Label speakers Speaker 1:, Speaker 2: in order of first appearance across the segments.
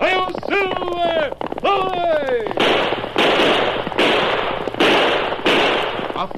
Speaker 1: I'm Silver! A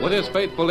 Speaker 1: With his faithful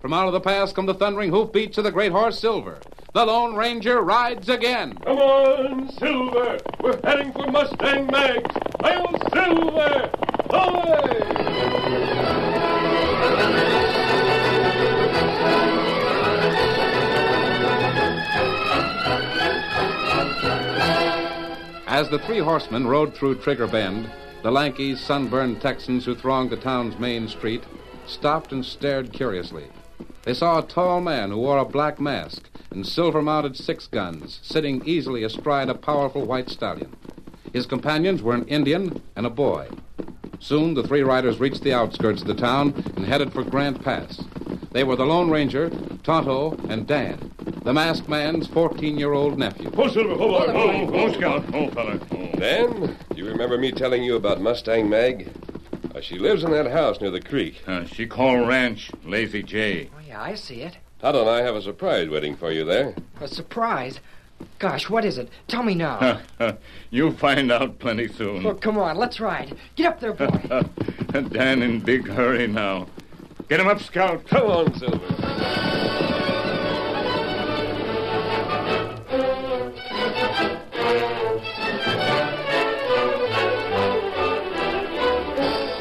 Speaker 1: From out of the past come the thundering hoofbeats of the great horse Silver. The Lone Ranger rides again.
Speaker 2: Come on, Silver! We're heading for Mustang Mags! I'm Silver! Hoy!
Speaker 1: As the three horsemen rode through Trigger Bend, the lanky, sunburned Texans who thronged the town's main street stopped and stared curiously. They saw a tall man who wore a black mask and silver mounted six guns sitting easily astride a powerful white stallion. His companions were an Indian and a boy. Soon the three riders reached the outskirts of the town and headed for Grand Pass. They were the Lone Ranger, Tonto, and Dan, the masked man's 14 year old nephew.
Speaker 2: Ho, Silver! Ho, boy! Ho, ho, Scout! Ho, fella!
Speaker 3: Dan, you remember me telling you about Mustang Mag? Uh, she lives in that house near the creek.
Speaker 4: Uh, she called Ranch Lazy J.
Speaker 5: Oh, yeah, I see it.
Speaker 3: Todd and I have a surprise waiting for you there.
Speaker 5: A surprise. Gosh, what is it? Tell me now.
Speaker 4: You'll find out plenty soon.
Speaker 5: Well, come on, let's ride. Get up there, boy.
Speaker 4: Dan in big hurry now. Get him up, Scout.
Speaker 3: Come on, Silver.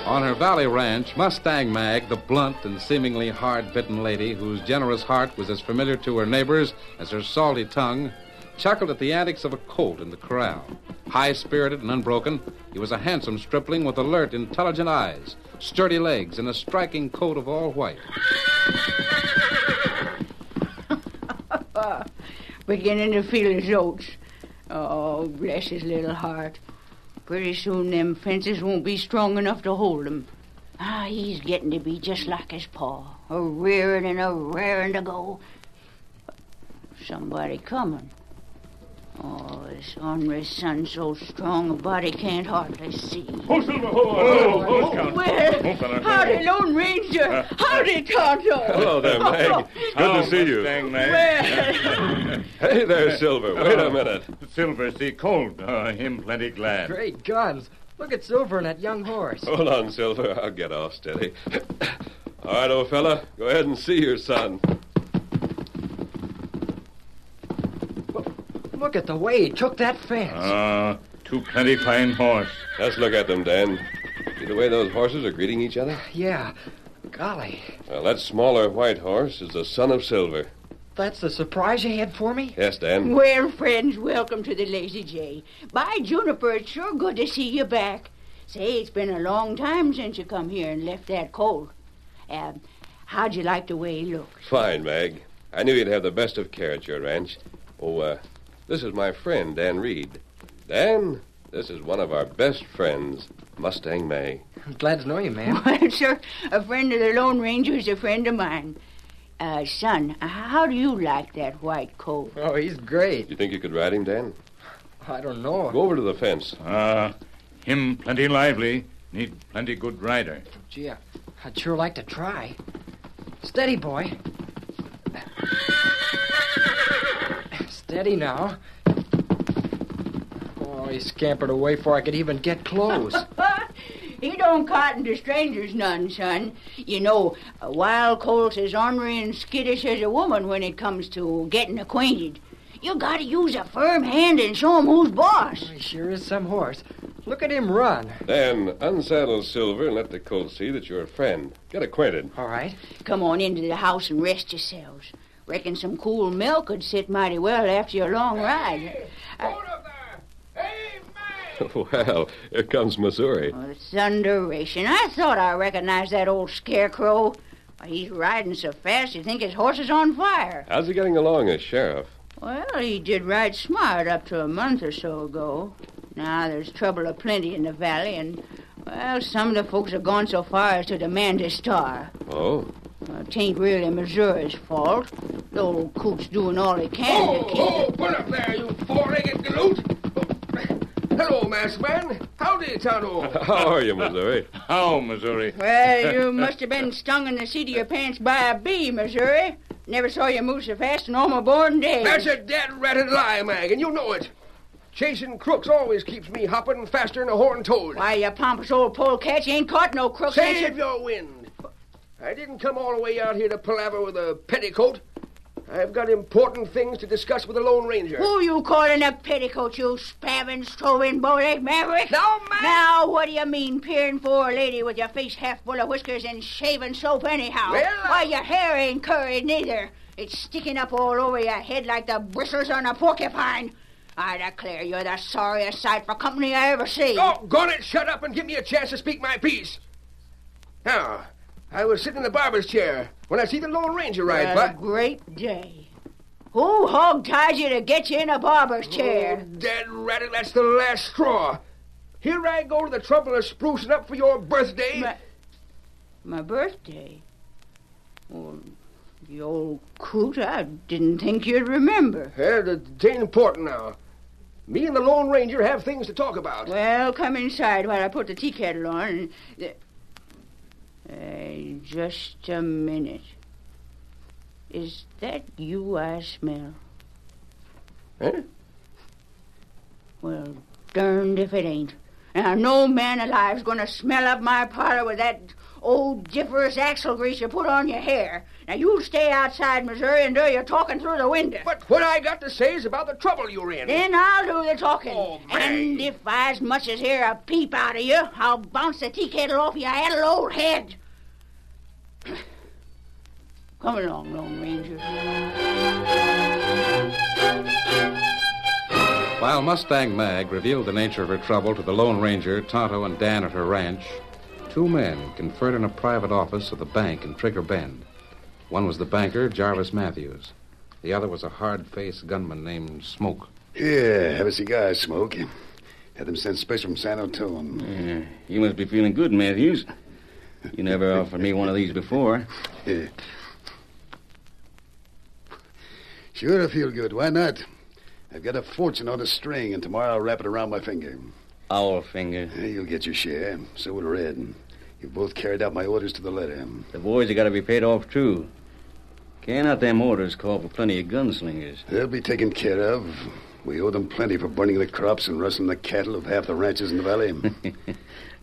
Speaker 1: On her valley ranch, Mustang Mag, the blunt and seemingly hard bitten lady whose generous heart was as familiar to her neighbors as her salty tongue, chuckled at the antics of a colt in the corral. High spirited and unbroken, he was a handsome stripling with alert, intelligent eyes, sturdy legs, and a striking coat of all white.
Speaker 6: beginning to feel his oats. Oh, bless his little heart. Pretty soon them fences won't be strong enough to hold him. Ah, he's getting to be just like his pa, a rearing and a raring to go. Somebody coming. Oh, this ornery sun's so strong a body can't hardly see.
Speaker 2: Ho, Silver! Ho, ho, ho, ho, Scout!
Speaker 6: Well,
Speaker 4: fella.
Speaker 6: howdy, Lone Ranger. Howdy, Tonto.
Speaker 3: Hello there, Mag. It's good to see you.
Speaker 4: Mustang Mag.
Speaker 6: Well,
Speaker 3: Hey there, Silver. Wait a minute.
Speaker 4: Silver see cold. Uh, him plenty glad.
Speaker 5: Great guns. Look at Silver and that young horse.
Speaker 3: Hold on, Silver. I'll get off steady. All right, old fella. Go ahead and see your son.
Speaker 5: Look at the way he took that fence.
Speaker 4: Ah, too plenty fine horse.
Speaker 3: Let's look at them, Dan. See the way those horses are greeting each other?
Speaker 5: yeah. Golly,
Speaker 3: Well, that smaller white horse is the son of Silver.
Speaker 5: that's the surprise you had for me?
Speaker 3: Yes, Dan.
Speaker 6: Well, friends, welcome to the Lazy J. By Juniper, it's sure good to see you back. Say, it's been a long time since you come here and left that cold. Um, how'd you like the way he looks?
Speaker 3: Fine, Mag. I knew you'd have the best of care at your ranch. Oh, uh, this is my friend, Dan Reed. Dan, this is one of our best friends, Mustang Mag.
Speaker 5: I'm glad to know you, ma'am.
Speaker 6: Well, sir, a friend of the Lone Ranger is a friend of mine. Uh, son, how do you like that white coat?
Speaker 5: Oh, he's great.
Speaker 3: You think you could ride him, Dan?
Speaker 5: I don't know.
Speaker 3: Go over to the fence.
Speaker 4: Ah, him plenty lively. Need plenty good rider.
Speaker 5: Gee, I- I'd sure like to try. Steady, boy. Steady now. Oh, he scampered away before I could even get close.
Speaker 6: He don't cotton to strangers none, son. You know, a wild colt's as ornery and skittish as a woman when it comes to getting acquainted. You gotta use a firm hand and show 'em who's boss.
Speaker 5: he sure is some horse. Look at him run.
Speaker 3: Dan, unsaddle Silver and let the colt see that you're a friend. Get acquainted.
Speaker 5: All right.
Speaker 6: Come on into the house and rest yourselves. Reckon some cool milk would sit mighty well after your long ride.
Speaker 3: well, here comes Missouri.
Speaker 6: Well, thunderation. I thought I recognized that old scarecrow. Why, He's riding so fast you think his horse is on fire.
Speaker 3: How's he getting along as sheriff?
Speaker 6: Well, he did right smart up to a month or so ago. Now there's trouble aplenty in the valley, and, well, some of the folks have gone so far as to demand his star.
Speaker 3: Oh,
Speaker 6: Well, 'tain't really Missouri's fault. The old coot's doing all he can to keep it.
Speaker 7: put up there, you four-legged galoot! Hello, masked man. Howdy, Tonto.
Speaker 3: how are you, Missouri?
Speaker 4: How, Missouri?
Speaker 6: Well, you must have been stung in the seat of your pants by a bee, Missouri. Never saw you move so fast in all my born days.
Speaker 7: That's a dead ratted lie, Mag, and you know it. Chasing crooks always keeps me hopping faster than a horned toad.
Speaker 6: Why, you pompous old polecat, you ain't caught no crooks. ain't you?
Speaker 7: Save your wind. I didn't come all the way out here to palaver with a petticoat. I've got important things to discuss with the Lone Ranger.
Speaker 6: Who you calling a petticoat, you spavined, strolling, bow-legged eh, maverick?
Speaker 7: Now, man-
Speaker 6: Now, what do you mean, peering for a lady with your face half full of whiskers and shaving soap anyhow?
Speaker 7: Well, uh, I-
Speaker 6: Why, your hair ain't curried neither. It's sticking up all over your head like the bristles on a porcupine. I declare you're the sorriest sight for company I ever see.
Speaker 7: Oh, gone it, shut up and give me a chance to speak my piece. Now, I was sitting in the barber's chair when I see the Lone Ranger ride
Speaker 6: Well,
Speaker 7: by.
Speaker 6: great day. Who hog-tied you to get you in a barber's chair?
Speaker 7: Oh, Dad ratted, that's the last straw. Here I go to the trouble of sprucing up for your birthday.
Speaker 6: My, my birthday? Well, the old coot, I didn't think you'd remember.
Speaker 7: Well, it ain't important now. Me and the Lone Ranger have things to talk about.
Speaker 6: Well, come inside while I put the tea kettle on. and- Uh, just a minute. Is that you I smell?
Speaker 7: Huh?
Speaker 6: Well, darned if it ain't. Now, no man alive's going to smell up my parlor with that old differous axle grease you put on your hair. Now, you stay outside, Missouri, and do your talking through the window.
Speaker 7: But what I got to say is about the trouble you're in.
Speaker 6: Then I'll do the talking.
Speaker 7: Oh,
Speaker 6: and
Speaker 7: Maggie.
Speaker 6: if I as much as hear a peep out of you, I'll bounce the tea kettle off your addle old head. Come along, Lone Ranger.
Speaker 1: While Mustang Mag revealed the nature of her trouble to the Lone Ranger, Tonto, and Dan at her ranch, two men conferred in a private office of the bank in Trigger Bend. One was the banker, Jarvis Matthews. The other was a hard faced gunman named Smoke.
Speaker 8: Yeah, have a cigar, Smoke. Had them sent special from San Antonio.
Speaker 9: You must be feeling good, Matthews. You never offered me one of these before.
Speaker 8: Yeah. Sure, I feel good. Why not? I've got a fortune on a string, and tomorrow I'll wrap it around my finger.
Speaker 9: Owl finger.
Speaker 8: Hey, You'll get your share. So will Red. You both carried out my orders to the letter.
Speaker 9: The boys have got to be paid off, too. Can out them orders call for plenty of gunslingers.
Speaker 8: They'll be taken care of. We owe them plenty for burning the crops and rustling the cattle of half the ranches in the valley.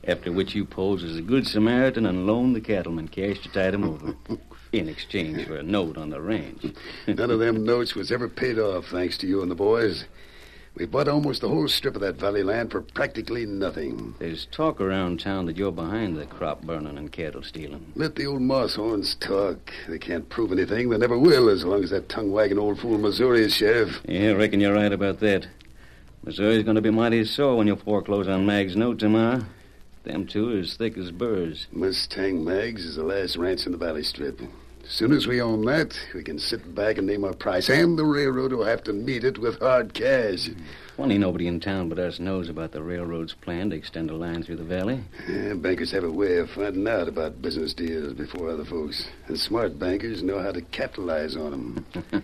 Speaker 9: After which you posed as a good Samaritan and loaned the cattleman cash to tide him over in exchange for a note on the range.
Speaker 8: None of them notes was ever paid off, thanks to you and the boys. We bought almost the whole strip of that valley land for practically nothing.
Speaker 9: There's talk around town that you're behind the crop burning and cattle stealing.
Speaker 8: Let the old moss horns talk. They can't prove anything. They never will, as long as that tongue wagging old fool Missouri is sheriff.
Speaker 9: Yeah, reckon you're right about that. Missouri's going to be mighty sore when you foreclose on Mag's note tomorrow. Them two is thick as burrs.
Speaker 8: Mustang Mags is the last ranch in the valley strip. As soon as we own that, we can sit back and name our price, and the railroad will have to meet it with hard cash.
Speaker 9: Funny nobody in town but us knows about the railroad's plan to extend a line through the valley.
Speaker 8: Yeah, bankers have a way of finding out about business deals before other folks, and smart bankers know how to capitalize on 'em.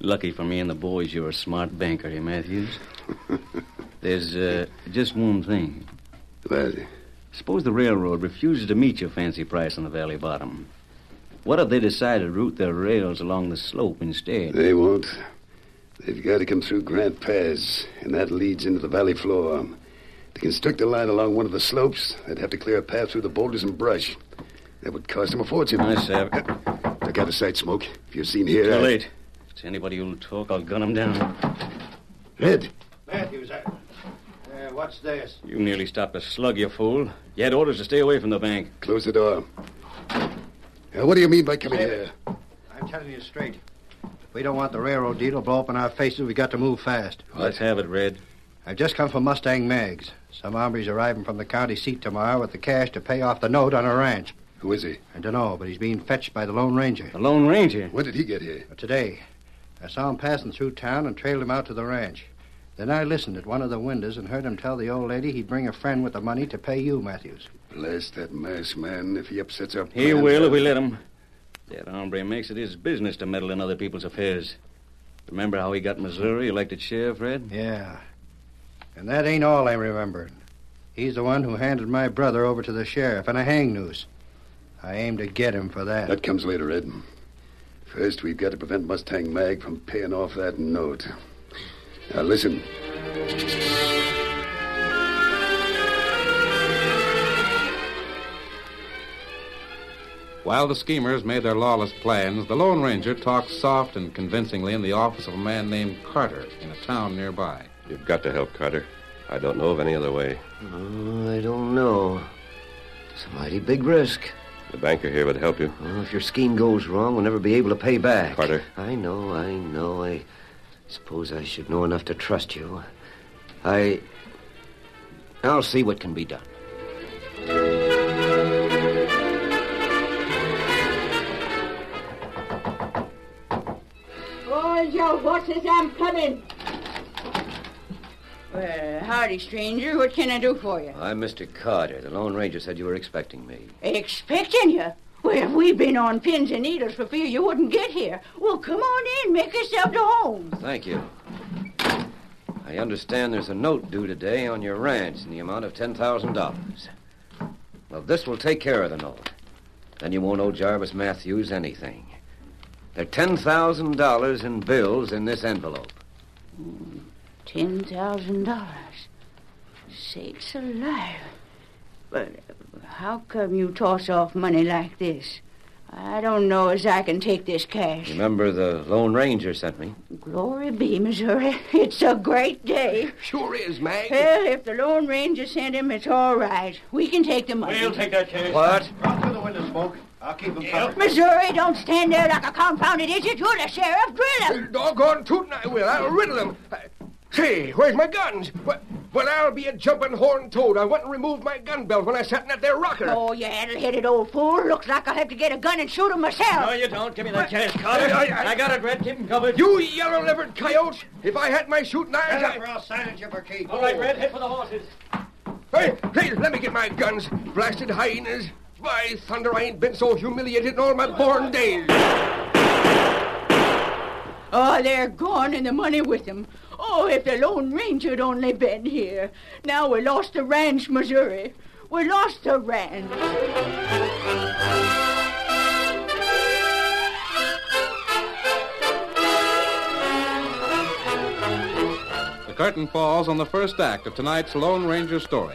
Speaker 9: Lucky for me and the boys you're a smart banker, eh, Matthews? There's uh, just one thing.
Speaker 8: Well,
Speaker 9: Suppose the railroad refuses to meet your fancy price on the valley bottom. What if they decide to route their rails along the slope instead?
Speaker 8: they won't. They've got to come through Grant Pass, and that leads into the valley floor. To construct a line along one of the slopes, they'd have to clear a path through the boulders and brush. That would cost them a fortune.
Speaker 9: I said,
Speaker 8: Look out of sight, Smoke. If you're seen here,
Speaker 9: too
Speaker 8: I-
Speaker 9: late. If it's anybody who'll talk, I'll gun 'em down.
Speaker 8: Red,
Speaker 10: Matthews, I... Uh, what's this?
Speaker 9: You nearly stopped a slug, you fool. You had orders to stay away from the bank.
Speaker 8: Close the door. Now, Uh, what do you mean by coming here?
Speaker 10: I'm telling you straight. If Uh, we don't want the railroad deal to blow up in our faces, we got to move fast.
Speaker 9: Let's have it, Red.
Speaker 10: I've just come from Mustang Mag's. Some hombre's arriving from the county seat tomorrow with the cash to pay off the note on a ranch.
Speaker 8: Who is he?
Speaker 10: I don't know, but he's being fetched by the Lone Ranger.
Speaker 9: The Lone Ranger?
Speaker 8: When did he get here?
Speaker 10: Today, I saw him passing through town and trailed him out to the ranch. Then I listened at one of the windows and heard him tell the old lady he'd bring a friend with the money to pay you, Matthews.
Speaker 8: Bless that masked man if he upsets our
Speaker 9: He
Speaker 8: plans.
Speaker 9: will if we let him. That hombre makes it his business to meddle in other people's affairs. Remember how he got Missouri elected sheriff, Red?
Speaker 10: Yeah. And that ain't all I remembered. He's the one who handed my brother over to the sheriff in a hang noose. I aimed to get him for that.
Speaker 8: That comes later, Ed. First, we've got to prevent Mustang Mag from paying off that note. Now, listen.
Speaker 1: While the schemers made their lawless plans, the Lone Ranger talked soft and convincingly in the office of a man named Carter in a town nearby.
Speaker 3: You've got to help Carter. I don't know of any other way.
Speaker 11: Oh, I don't know. It's a mighty big risk.
Speaker 3: The banker here would help you.
Speaker 11: Well, if your scheme goes wrong, we'll never be able to pay back.
Speaker 3: Carter.
Speaker 11: I know, I know. I suppose I should know enough to trust you. I. I'll see what can be done.
Speaker 6: Boys, your horses, I'm coming. Well, howdy, stranger. What can I do for you?
Speaker 11: I'm Mr. Carter. The Lone Ranger said you were expecting me.
Speaker 6: Expecting you? Well, we've been on pins and needles for fear you wouldn't get here. Well, come on in. Make yourself to home.
Speaker 11: Thank you. I understand there's a note due today on your ranch in the amount of $10,000. Well, this will take care of the note. Then you won't owe Jarvis Matthews anything. There are $10,000 in bills in this envelope.
Speaker 6: Ten thousand dollars. Sakes alive. But uh, how come you toss off money like this? I don't know as I can take this cash.
Speaker 11: Remember, the Lone Ranger sent me.
Speaker 6: Glory be, Missouri. It's a great day.
Speaker 7: Sure is, Mag.
Speaker 6: Well, if the Lone Ranger sent him, it's all right. We can take the money.
Speaker 2: We'll take that cash.
Speaker 11: What?
Speaker 10: Run through the window, Smoke. I'll keep him covered.
Speaker 6: Missouri, don't stand there like a confounded idiot. You're the sheriff. Drill him.
Speaker 7: Doggone tootin' I will. I'll riddle them. Say, where's my guns? Well, well, I'll be a jumping horn toad. I went and removed my gun belt when I sat in that there rocker.
Speaker 6: Oh, you addle-headed old fool. Looks like I'll have to get a gun and shoot him myself.
Speaker 7: No,
Speaker 9: you don't. Give me that
Speaker 7: cash, Carter. I- I- I
Speaker 9: got it, Red. Keep him covered.
Speaker 7: You yellow-livered coyote! If I had my shooting irons,
Speaker 10: Shut up,
Speaker 7: I...
Speaker 10: or I'll silence you for keep.
Speaker 7: All right, Red,
Speaker 10: hit for the horses.
Speaker 7: Hey, hey, let me get my guns. Blasted hyenas. By thunder, I ain't been so humiliated in all my born days.
Speaker 6: Oh, they're gone and the money with them. Oh, if the Lone Ranger'd only been here. Now we lost the ranch, Missouri. We lost the ranch.
Speaker 1: The curtain falls on the first act of tonight's Lone Ranger story.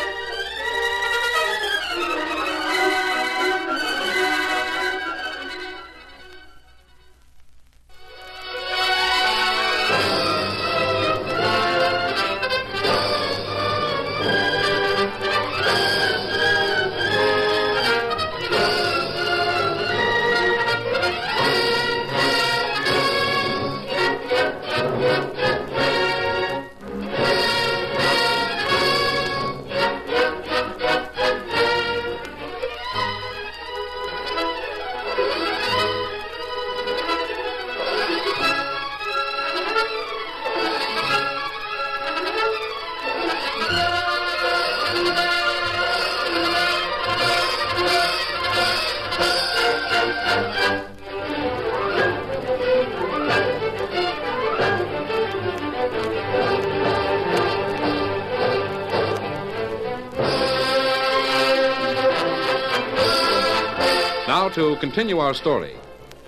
Speaker 1: Now to continue our story.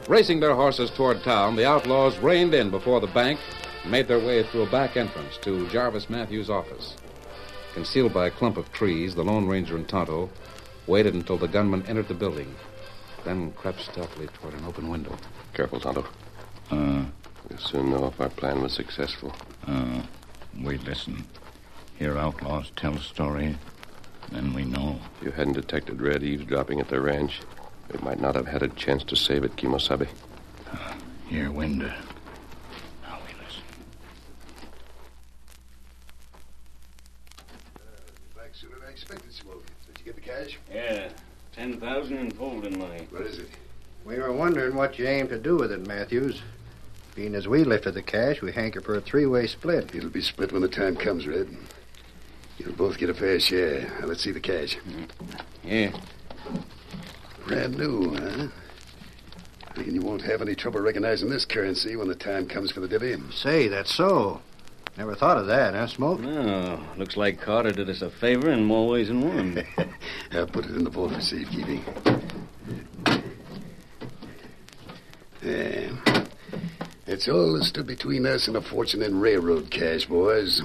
Speaker 1: Racing their horses toward town, the outlaws reined in before the bank and made their way through a back entrance to Jarvis Matthews' office. Concealed by a clump of trees, the Lone Ranger and Tonto waited until the gunman entered the building, then crept stealthily toward an open window.
Speaker 3: Careful, Tonto.
Speaker 4: Uh,
Speaker 3: We'll soon know if our plan was successful.
Speaker 4: uh, we listen. Hear outlaws tell a story, then we know.
Speaker 3: If you hadn't detected Red eavesdropping at the ranch, we might not have had a chance to save it, Kimosabe.
Speaker 4: Hear wind.
Speaker 8: Back sooner than I expected, Smoke. Did you get the cash?
Speaker 9: Yeah, 10,000 in folding money.
Speaker 8: What is it?
Speaker 10: We were wondering what you aim to do with it, Matthews. Being as we lifted the cash, we hanker for a three-way split.
Speaker 8: It'll be split when the time comes, Red. You'll both get a fair share. Now, let's see the cash.
Speaker 9: Mm-hmm.
Speaker 3: Yeah.
Speaker 8: Brand new, huh? And you won't have any trouble recognizing this currency when the time comes for the divvy.
Speaker 10: Say, that's so. Never thought of that, huh, Smoke?
Speaker 9: No, looks like Carter did us a favor in more ways than one.
Speaker 8: I'll Uh, put it in the vault for safekeeping. There. It's all that stood between us and a fortune in railroad cash, boys.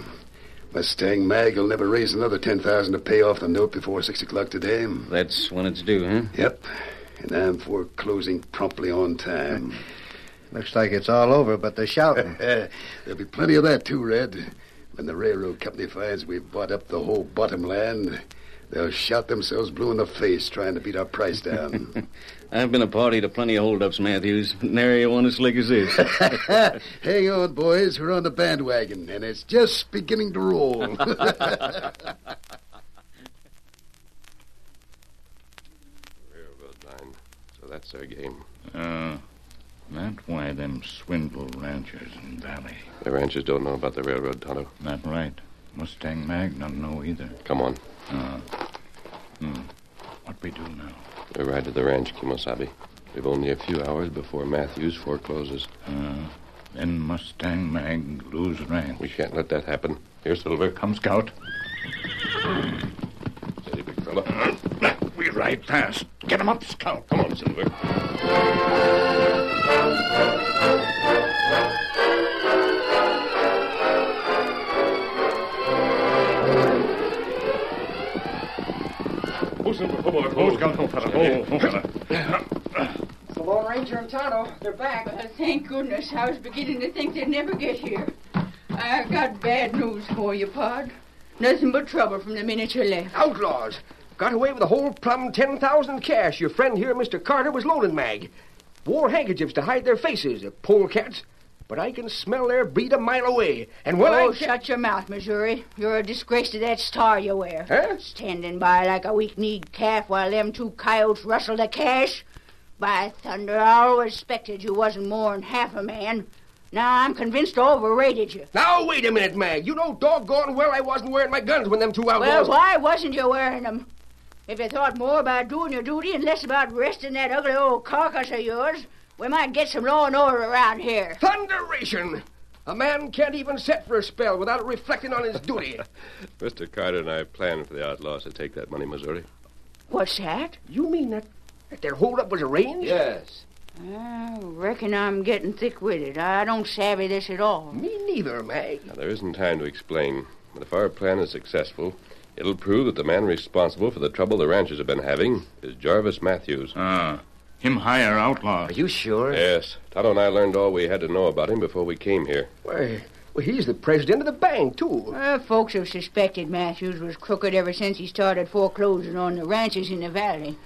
Speaker 8: Mustang Mag will never raise another ten thousand to pay off the note before six o'clock today.
Speaker 9: That's when it's due, huh?
Speaker 8: Yep. And I'm foreclosing promptly on time.
Speaker 10: Looks like it's all over, but they're shouting.
Speaker 8: There'll be plenty of that, too, Red. When the railroad company finds we've bought up the whole bottom land, they'll shout themselves blue in the face trying to beat our price down.
Speaker 9: I've been a party to plenty of holdups, Matthews. Nary one as slick as this.
Speaker 8: Hang on, boys. We're on the bandwagon, and it's just beginning to roll.
Speaker 12: Ah,
Speaker 3: Railroad line. So that's their game.
Speaker 4: Uh, that why them swindle ranchers in Valley.
Speaker 3: The ranchers don't know about the railroad, Tonto.
Speaker 4: That right. Mustang Mag don't know either.
Speaker 3: Come on.
Speaker 4: Uh, hmm. What we do now?
Speaker 3: We ride to the ranch, Kimosabe. We've only a few hours before Matthews forecloses.
Speaker 4: Uh, then Mustang Mag lose ranch.
Speaker 3: We can't let that happen. Here, Silver.
Speaker 4: Come, Scout.
Speaker 3: Steady, big fella.
Speaker 4: We ride fast. Get him up, Scout.
Speaker 3: Come on, Silver.
Speaker 2: Who's in the hobart?
Speaker 4: Oh, Scout, come, fella. Oh, come, fella.
Speaker 5: It's the Lone Ranger and Tonto. They're back.
Speaker 6: Uh, thank goodness. I was beginning to think they'd never get here. I've got bad news for you, Pod. Nothing but trouble from the minute you left.
Speaker 7: Outlaws! Got away with the whole plum 10,000 cash. Your friend here, Mr. Carter, was loading mag. Wore handkerchiefs to hide their faces, the polecats. But I can smell their breed a mile away. And when
Speaker 6: oh,
Speaker 7: I...
Speaker 6: shut your mouth, Missouri. You're a disgrace to that star you wear.
Speaker 7: Huh?
Speaker 6: Standing by like a weak-kneed calf while them two coyotes rustle the cash. By thunder, I always expected you wasn't more'n half a man. Now I'm convinced I overrated you.
Speaker 7: Now, wait a minute, Mag. You know doggone well I wasn't wearing my guns when them two
Speaker 6: Well,
Speaker 7: outlaws...
Speaker 6: why wasn't you wearing them? If you thought more about doing your duty and less about resting that ugly old carcass of yours, we might get some law and order around here.
Speaker 7: Thunderation! A man can't even sit for a spell without reflecting on his duty.
Speaker 3: Mr. Carter and I planned for the outlaws to take that money, Missouri.
Speaker 6: What's that?
Speaker 7: you mean that, that their holdup was arranged?
Speaker 11: Yes.
Speaker 6: I reckon I'm getting thick-witted. I don't savvy this at all.
Speaker 7: Me neither, Mag.
Speaker 3: Now, there isn't time to explain, but if our plan is successful, it'll prove that the man responsible for the trouble the ranchers have been having is Jarvis Matthews.
Speaker 4: Ah, him higher outlaw.
Speaker 3: Are you sure? Yes. Tonto and I learned all we had to know about him before we came here.
Speaker 7: Why, well, he's the president of the bank, too.
Speaker 6: Uh, folks have suspected Matthews was crooked ever since he started foreclosing on the ranches in the valley.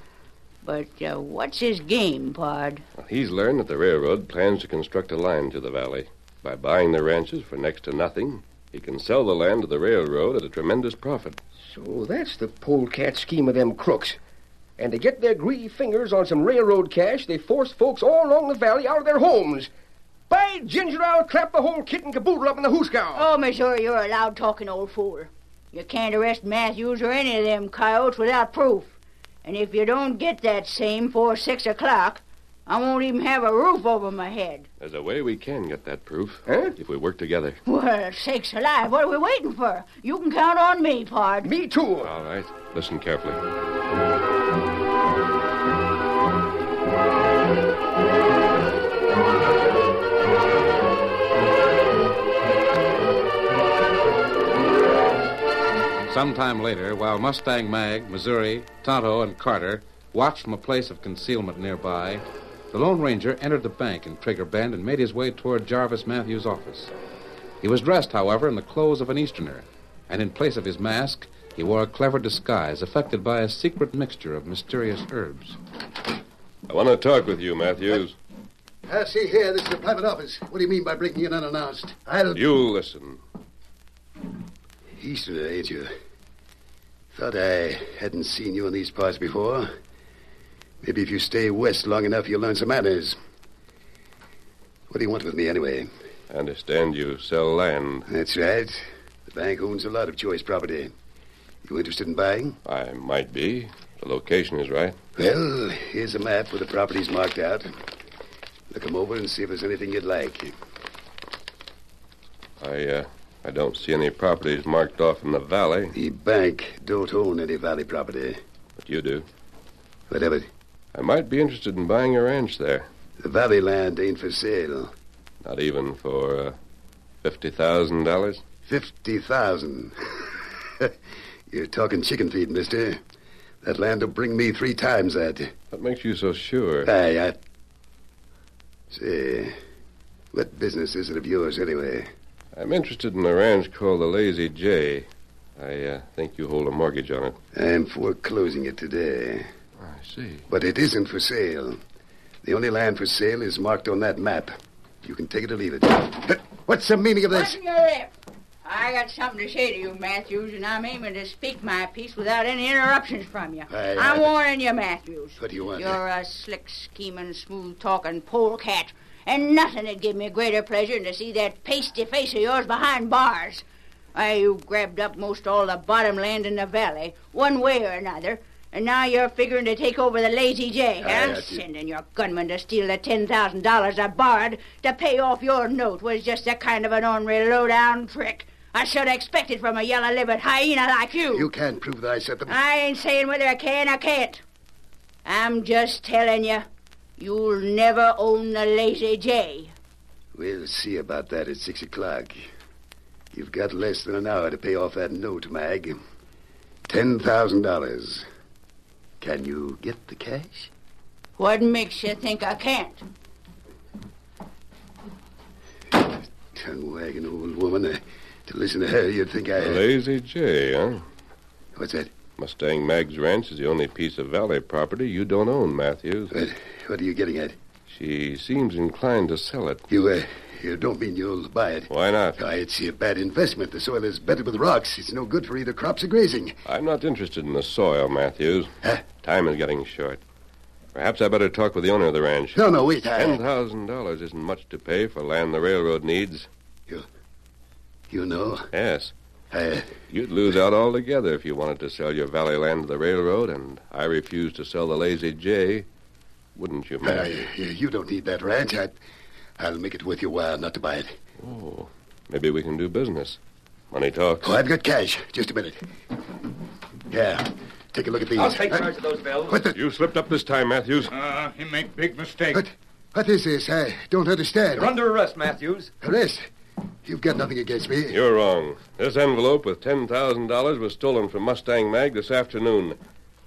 Speaker 6: But uh, what's his game, Pod?
Speaker 3: He's learned that the railroad plans to construct a line through the valley. By buying the ranches for next to nothing, he can sell the land to the railroad at a tremendous profit.
Speaker 7: So that's the polecat scheme of them crooks. And to get their greedy fingers on some railroad cash, they force folks all along the valley out of their homes. By ginger, I'll clap the whole kit and caboodle up in the hoosgow.
Speaker 6: Oh, Missouri, you're a loud-talking old fool. You can't arrest Matthews or any of them coyotes without proof. And if you don't get that same before six o'clock, I won't even have a roof over my head.
Speaker 3: There's a way we can get that proof. Huh? If we work together.
Speaker 6: Well, sakes alive, what are we waiting for? You can count on me, Pard.
Speaker 7: Me too.
Speaker 3: All right. Listen carefully.
Speaker 1: Sometime later, while Mustang Mag, Missouri, Tonto, and Carter watched from a place of concealment nearby, the Lone Ranger entered the bank in Trigger Bend and made his way toward Jarvis Matthews' office. He was dressed, however, in the clothes of an Easterner, and in place of his mask, he wore a clever disguise effected by a secret mixture of mysterious herbs.
Speaker 3: I want to talk with you, Matthews.
Speaker 12: Uh, see here, this is the private office. What do you mean by breaking in unannounced? I'll.
Speaker 3: You listen.
Speaker 8: Easterner, ain't you? Thought I hadn't seen you in these parts before. Maybe if you stay west long enough, you'll learn some manners. What do you want with me, anyway?
Speaker 3: I understand you sell land.
Speaker 8: That's right. The bank owns a lot of choice property. You interested in buying?
Speaker 3: I might be. The location is right.
Speaker 8: Well, here's a map with the properties marked out. Look 'em over and see if there's anything you'd like.
Speaker 3: I, uh, I don't see any properties marked off in the valley.
Speaker 8: The bank don't own any valley property.
Speaker 3: But you do.
Speaker 8: Whatever.
Speaker 3: I might be interested in buying a ranch there.
Speaker 8: The valley land ain't for sale.
Speaker 3: Not even for uh, fifty thousand dollars.
Speaker 8: Fifty thousand. You're talking chicken feed, mister. That land'll bring me three times that. Ah,
Speaker 3: What makes you so sure?
Speaker 8: Aye, I. Say, what business is it of yours anyway?
Speaker 3: I'm interested in a ranch called the Lazy J. I uh, think you hold a mortgage on it.
Speaker 8: I'm foreclosing it today.
Speaker 3: Ah, I see.
Speaker 8: But it isn't for sale. The only land for sale is marked on that map. You can take it or leave it. But what's the meaning of this?
Speaker 6: Button your lip. I got something to say to you, Matthews, and I'm aiming to speak my piece without any interruptions from you.
Speaker 8: Aye, aye,
Speaker 6: I'm
Speaker 8: but-
Speaker 6: warning you, Matthews.
Speaker 8: What do you want?
Speaker 6: You're a slick, scheming, smooth talking polecat, and nothing'd give me greater pleasure than to see that pasty face of yours behind bars. Why, you grabbed up most all the bottom land in the valley, one way or another, and now you're figuring to take over the Lazy J,
Speaker 8: Aye,
Speaker 6: huh?
Speaker 8: I see.
Speaker 6: Sending your gunman to steal the ten thousand dollars I borrowed to pay off your note was just a kind of an ornery low-down trick. I should have expected from a yellow-livered hyena like you.
Speaker 8: You can't prove that I set them.
Speaker 6: I ain't saying whether I can or can't. I'm just telling you, you'll never own the Lazy J.
Speaker 8: We'll see about that at six o'clock. You've got less than an hour to pay off that note, Mag. Ten thousand dollars. Can you get the cash?
Speaker 6: What makes you think I can't?
Speaker 8: Tongue wagging old woman. Uh, to listen to her, you'd think I.
Speaker 3: The Lazy J, huh?
Speaker 8: What's that?
Speaker 3: Mustang Mag's ranch is the only piece of valley property you don't own, Matthews.
Speaker 8: What, what are you getting at?
Speaker 3: She seems inclined to sell it.
Speaker 8: You, uh, you don't mean you'll buy it.
Speaker 3: Why not?
Speaker 8: Why, it's a bad investment. The soil is better with rocks. It's no good for either crops or grazing.
Speaker 3: I'm not interested in the soil, Matthews.
Speaker 8: Huh?
Speaker 3: Time is getting short. Perhaps I better talk with the owner of the ranch.
Speaker 8: No, no, wait. I,
Speaker 3: Ten thousand dollars isn't much to pay for land the railroad needs.
Speaker 8: you know,
Speaker 3: Yes.
Speaker 8: I, uh,
Speaker 3: You'd lose out altogether if you wanted to sell your valley land to the railroad, and I refuse to sell the Lazy J, wouldn't you,
Speaker 8: I,
Speaker 3: Matthews?
Speaker 8: Uh, you don't need that ranch. I, I'll make it worth your while not to buy it.
Speaker 3: Oh, maybe we can do business. Money talks.
Speaker 8: Oh, I've got cash. Just a minute. Yeah. Take a look at these.
Speaker 12: I'll take
Speaker 8: Uh,
Speaker 12: charge of those bills.
Speaker 8: What the?
Speaker 3: You slipped up this time, Matthews.
Speaker 4: Ah, he make Uh, big mistake.
Speaker 12: What is this? I don't understand.
Speaker 11: You're under arrest, Matthews.
Speaker 12: Arrest? You've got nothing against me.
Speaker 3: You're wrong. This envelope with $10,000 was stolen from Mustang Mag this afternoon.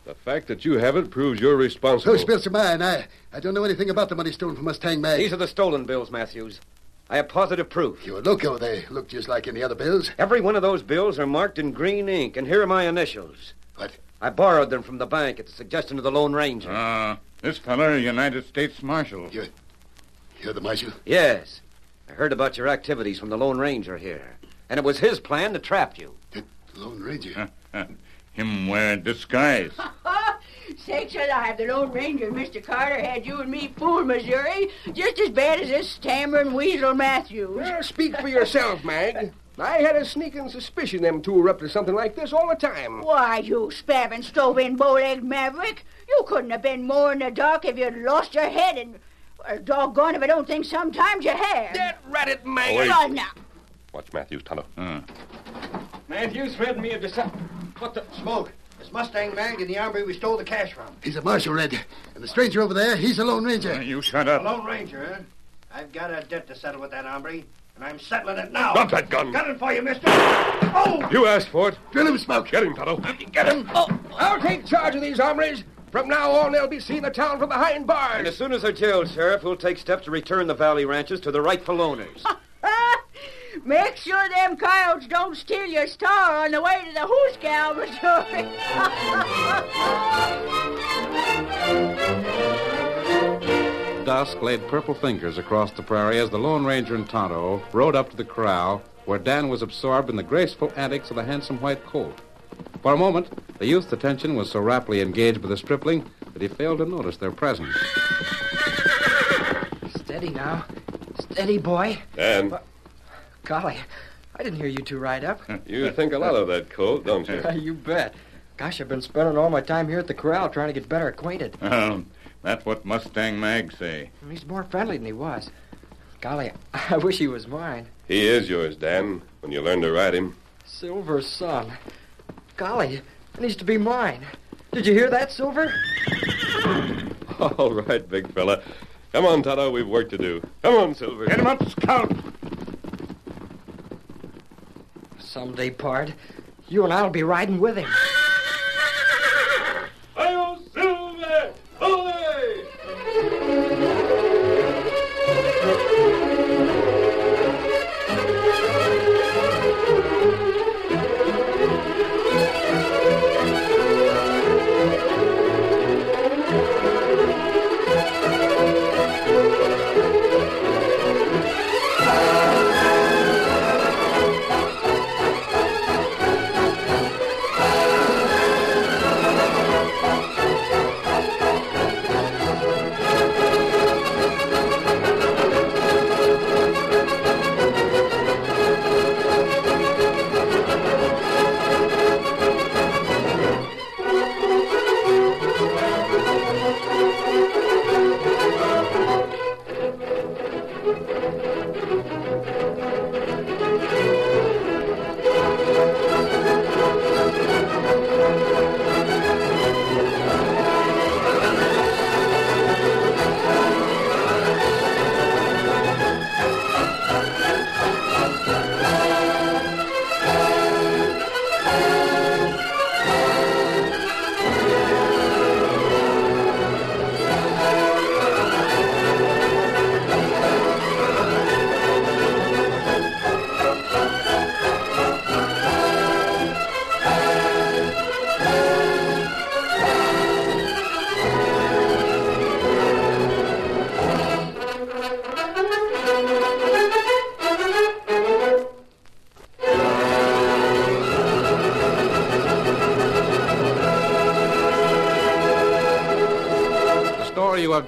Speaker 3: The fact that you have it proves you're responsible.
Speaker 12: Those bills are mine. I, I don't know anything about the money stolen from Mustang Mag.
Speaker 11: These are the stolen bills, Matthews. I have positive proof.
Speaker 12: You're loco. They look just like any other bills.
Speaker 11: Every one of those bills are marked in green ink, and here are my initials.
Speaker 12: What?
Speaker 11: I borrowed them from the bank at the suggestion of the Lone Ranger.
Speaker 4: Ah, this feller, United States Marshal.
Speaker 12: You're, you're the Marshal?
Speaker 11: Yes. I heard about your activities from the Lone Ranger here, and it was his plan to trap you.
Speaker 12: Lone Ranger?
Speaker 4: Him wear disguise.
Speaker 6: Sakes alive, the Lone Ranger and Mr. Carter had you and me fooled, Missouri, just as bad as this stammering weasel Matthews.
Speaker 7: Well, speak for yourself, Mag. I had a sneaking suspicion them two were up to something like this all the time.
Speaker 6: Why, you spabbing, stove-in, bow-legged maverick, you couldn't have been more in the dark if you'd lost your head and... Well, doggone if I don't think sometimes you have. That
Speaker 7: ratted
Speaker 3: Mag- Wait.
Speaker 6: Run now.
Speaker 3: Watch Matthews, Tonto.
Speaker 10: Matthews threatened me of deception. What the? Smoke. It's Mustang Mag in the armory we stole the cash from.
Speaker 12: He's a Marshal, Red. And the stranger over there, he's a Lone Ranger.
Speaker 4: you shut
Speaker 10: The Lone Ranger, huh? I've got a debt to settle with that hombre, and I'm settling it now.
Speaker 3: Drop that gun.
Speaker 10: Got it for you, mister. Oh!
Speaker 3: You asked for it.
Speaker 12: Drill him, Smoke.
Speaker 3: Get him, Tonto.
Speaker 7: Get him! Oh. I'll take charge of these hombres. From now on, they'll be seeing the town from behind
Speaker 11: And
Speaker 7: bars.
Speaker 11: as soon as they're jailed, Sheriff, we'll take steps to return the Valley Ranches to the rightful owners.
Speaker 6: Make sure them coyotes don't steal your star on the way to the Hooscow, Missouri.
Speaker 1: Dusk laid purple fingers across the prairie as the Lone Ranger and Tonto rode up to the corral where Dan was absorbed in the graceful antics of the handsome white colt. For a moment, the youth's attention was so rapidly engaged by the stripling that he failed to notice their presence.
Speaker 5: Steady now. Steady, boy.
Speaker 3: Dan,
Speaker 5: Golly, I didn't hear you two ride up.
Speaker 3: you think a lot of that colt, don't you?
Speaker 5: you bet. Gosh, I've been spending all my time here at the corral trying to get better acquainted.
Speaker 3: Uh.
Speaker 4: Um, that's what Mustang Mag say.
Speaker 5: He's more friendly than he was. Golly, I wish he was mine.
Speaker 3: He is yours, Dan, when you learn to ride him.
Speaker 5: Silver Sun. Golly, it needs to be mine. Did you hear that, Silver?
Speaker 3: All right, big fella. Come on, Tonto. We've work to do. Come on, Silver. Get him up, Scout.
Speaker 5: Someday, Pard, you and I'll be riding with him.
Speaker 2: Hail Silver! Away!
Speaker 1: The story you have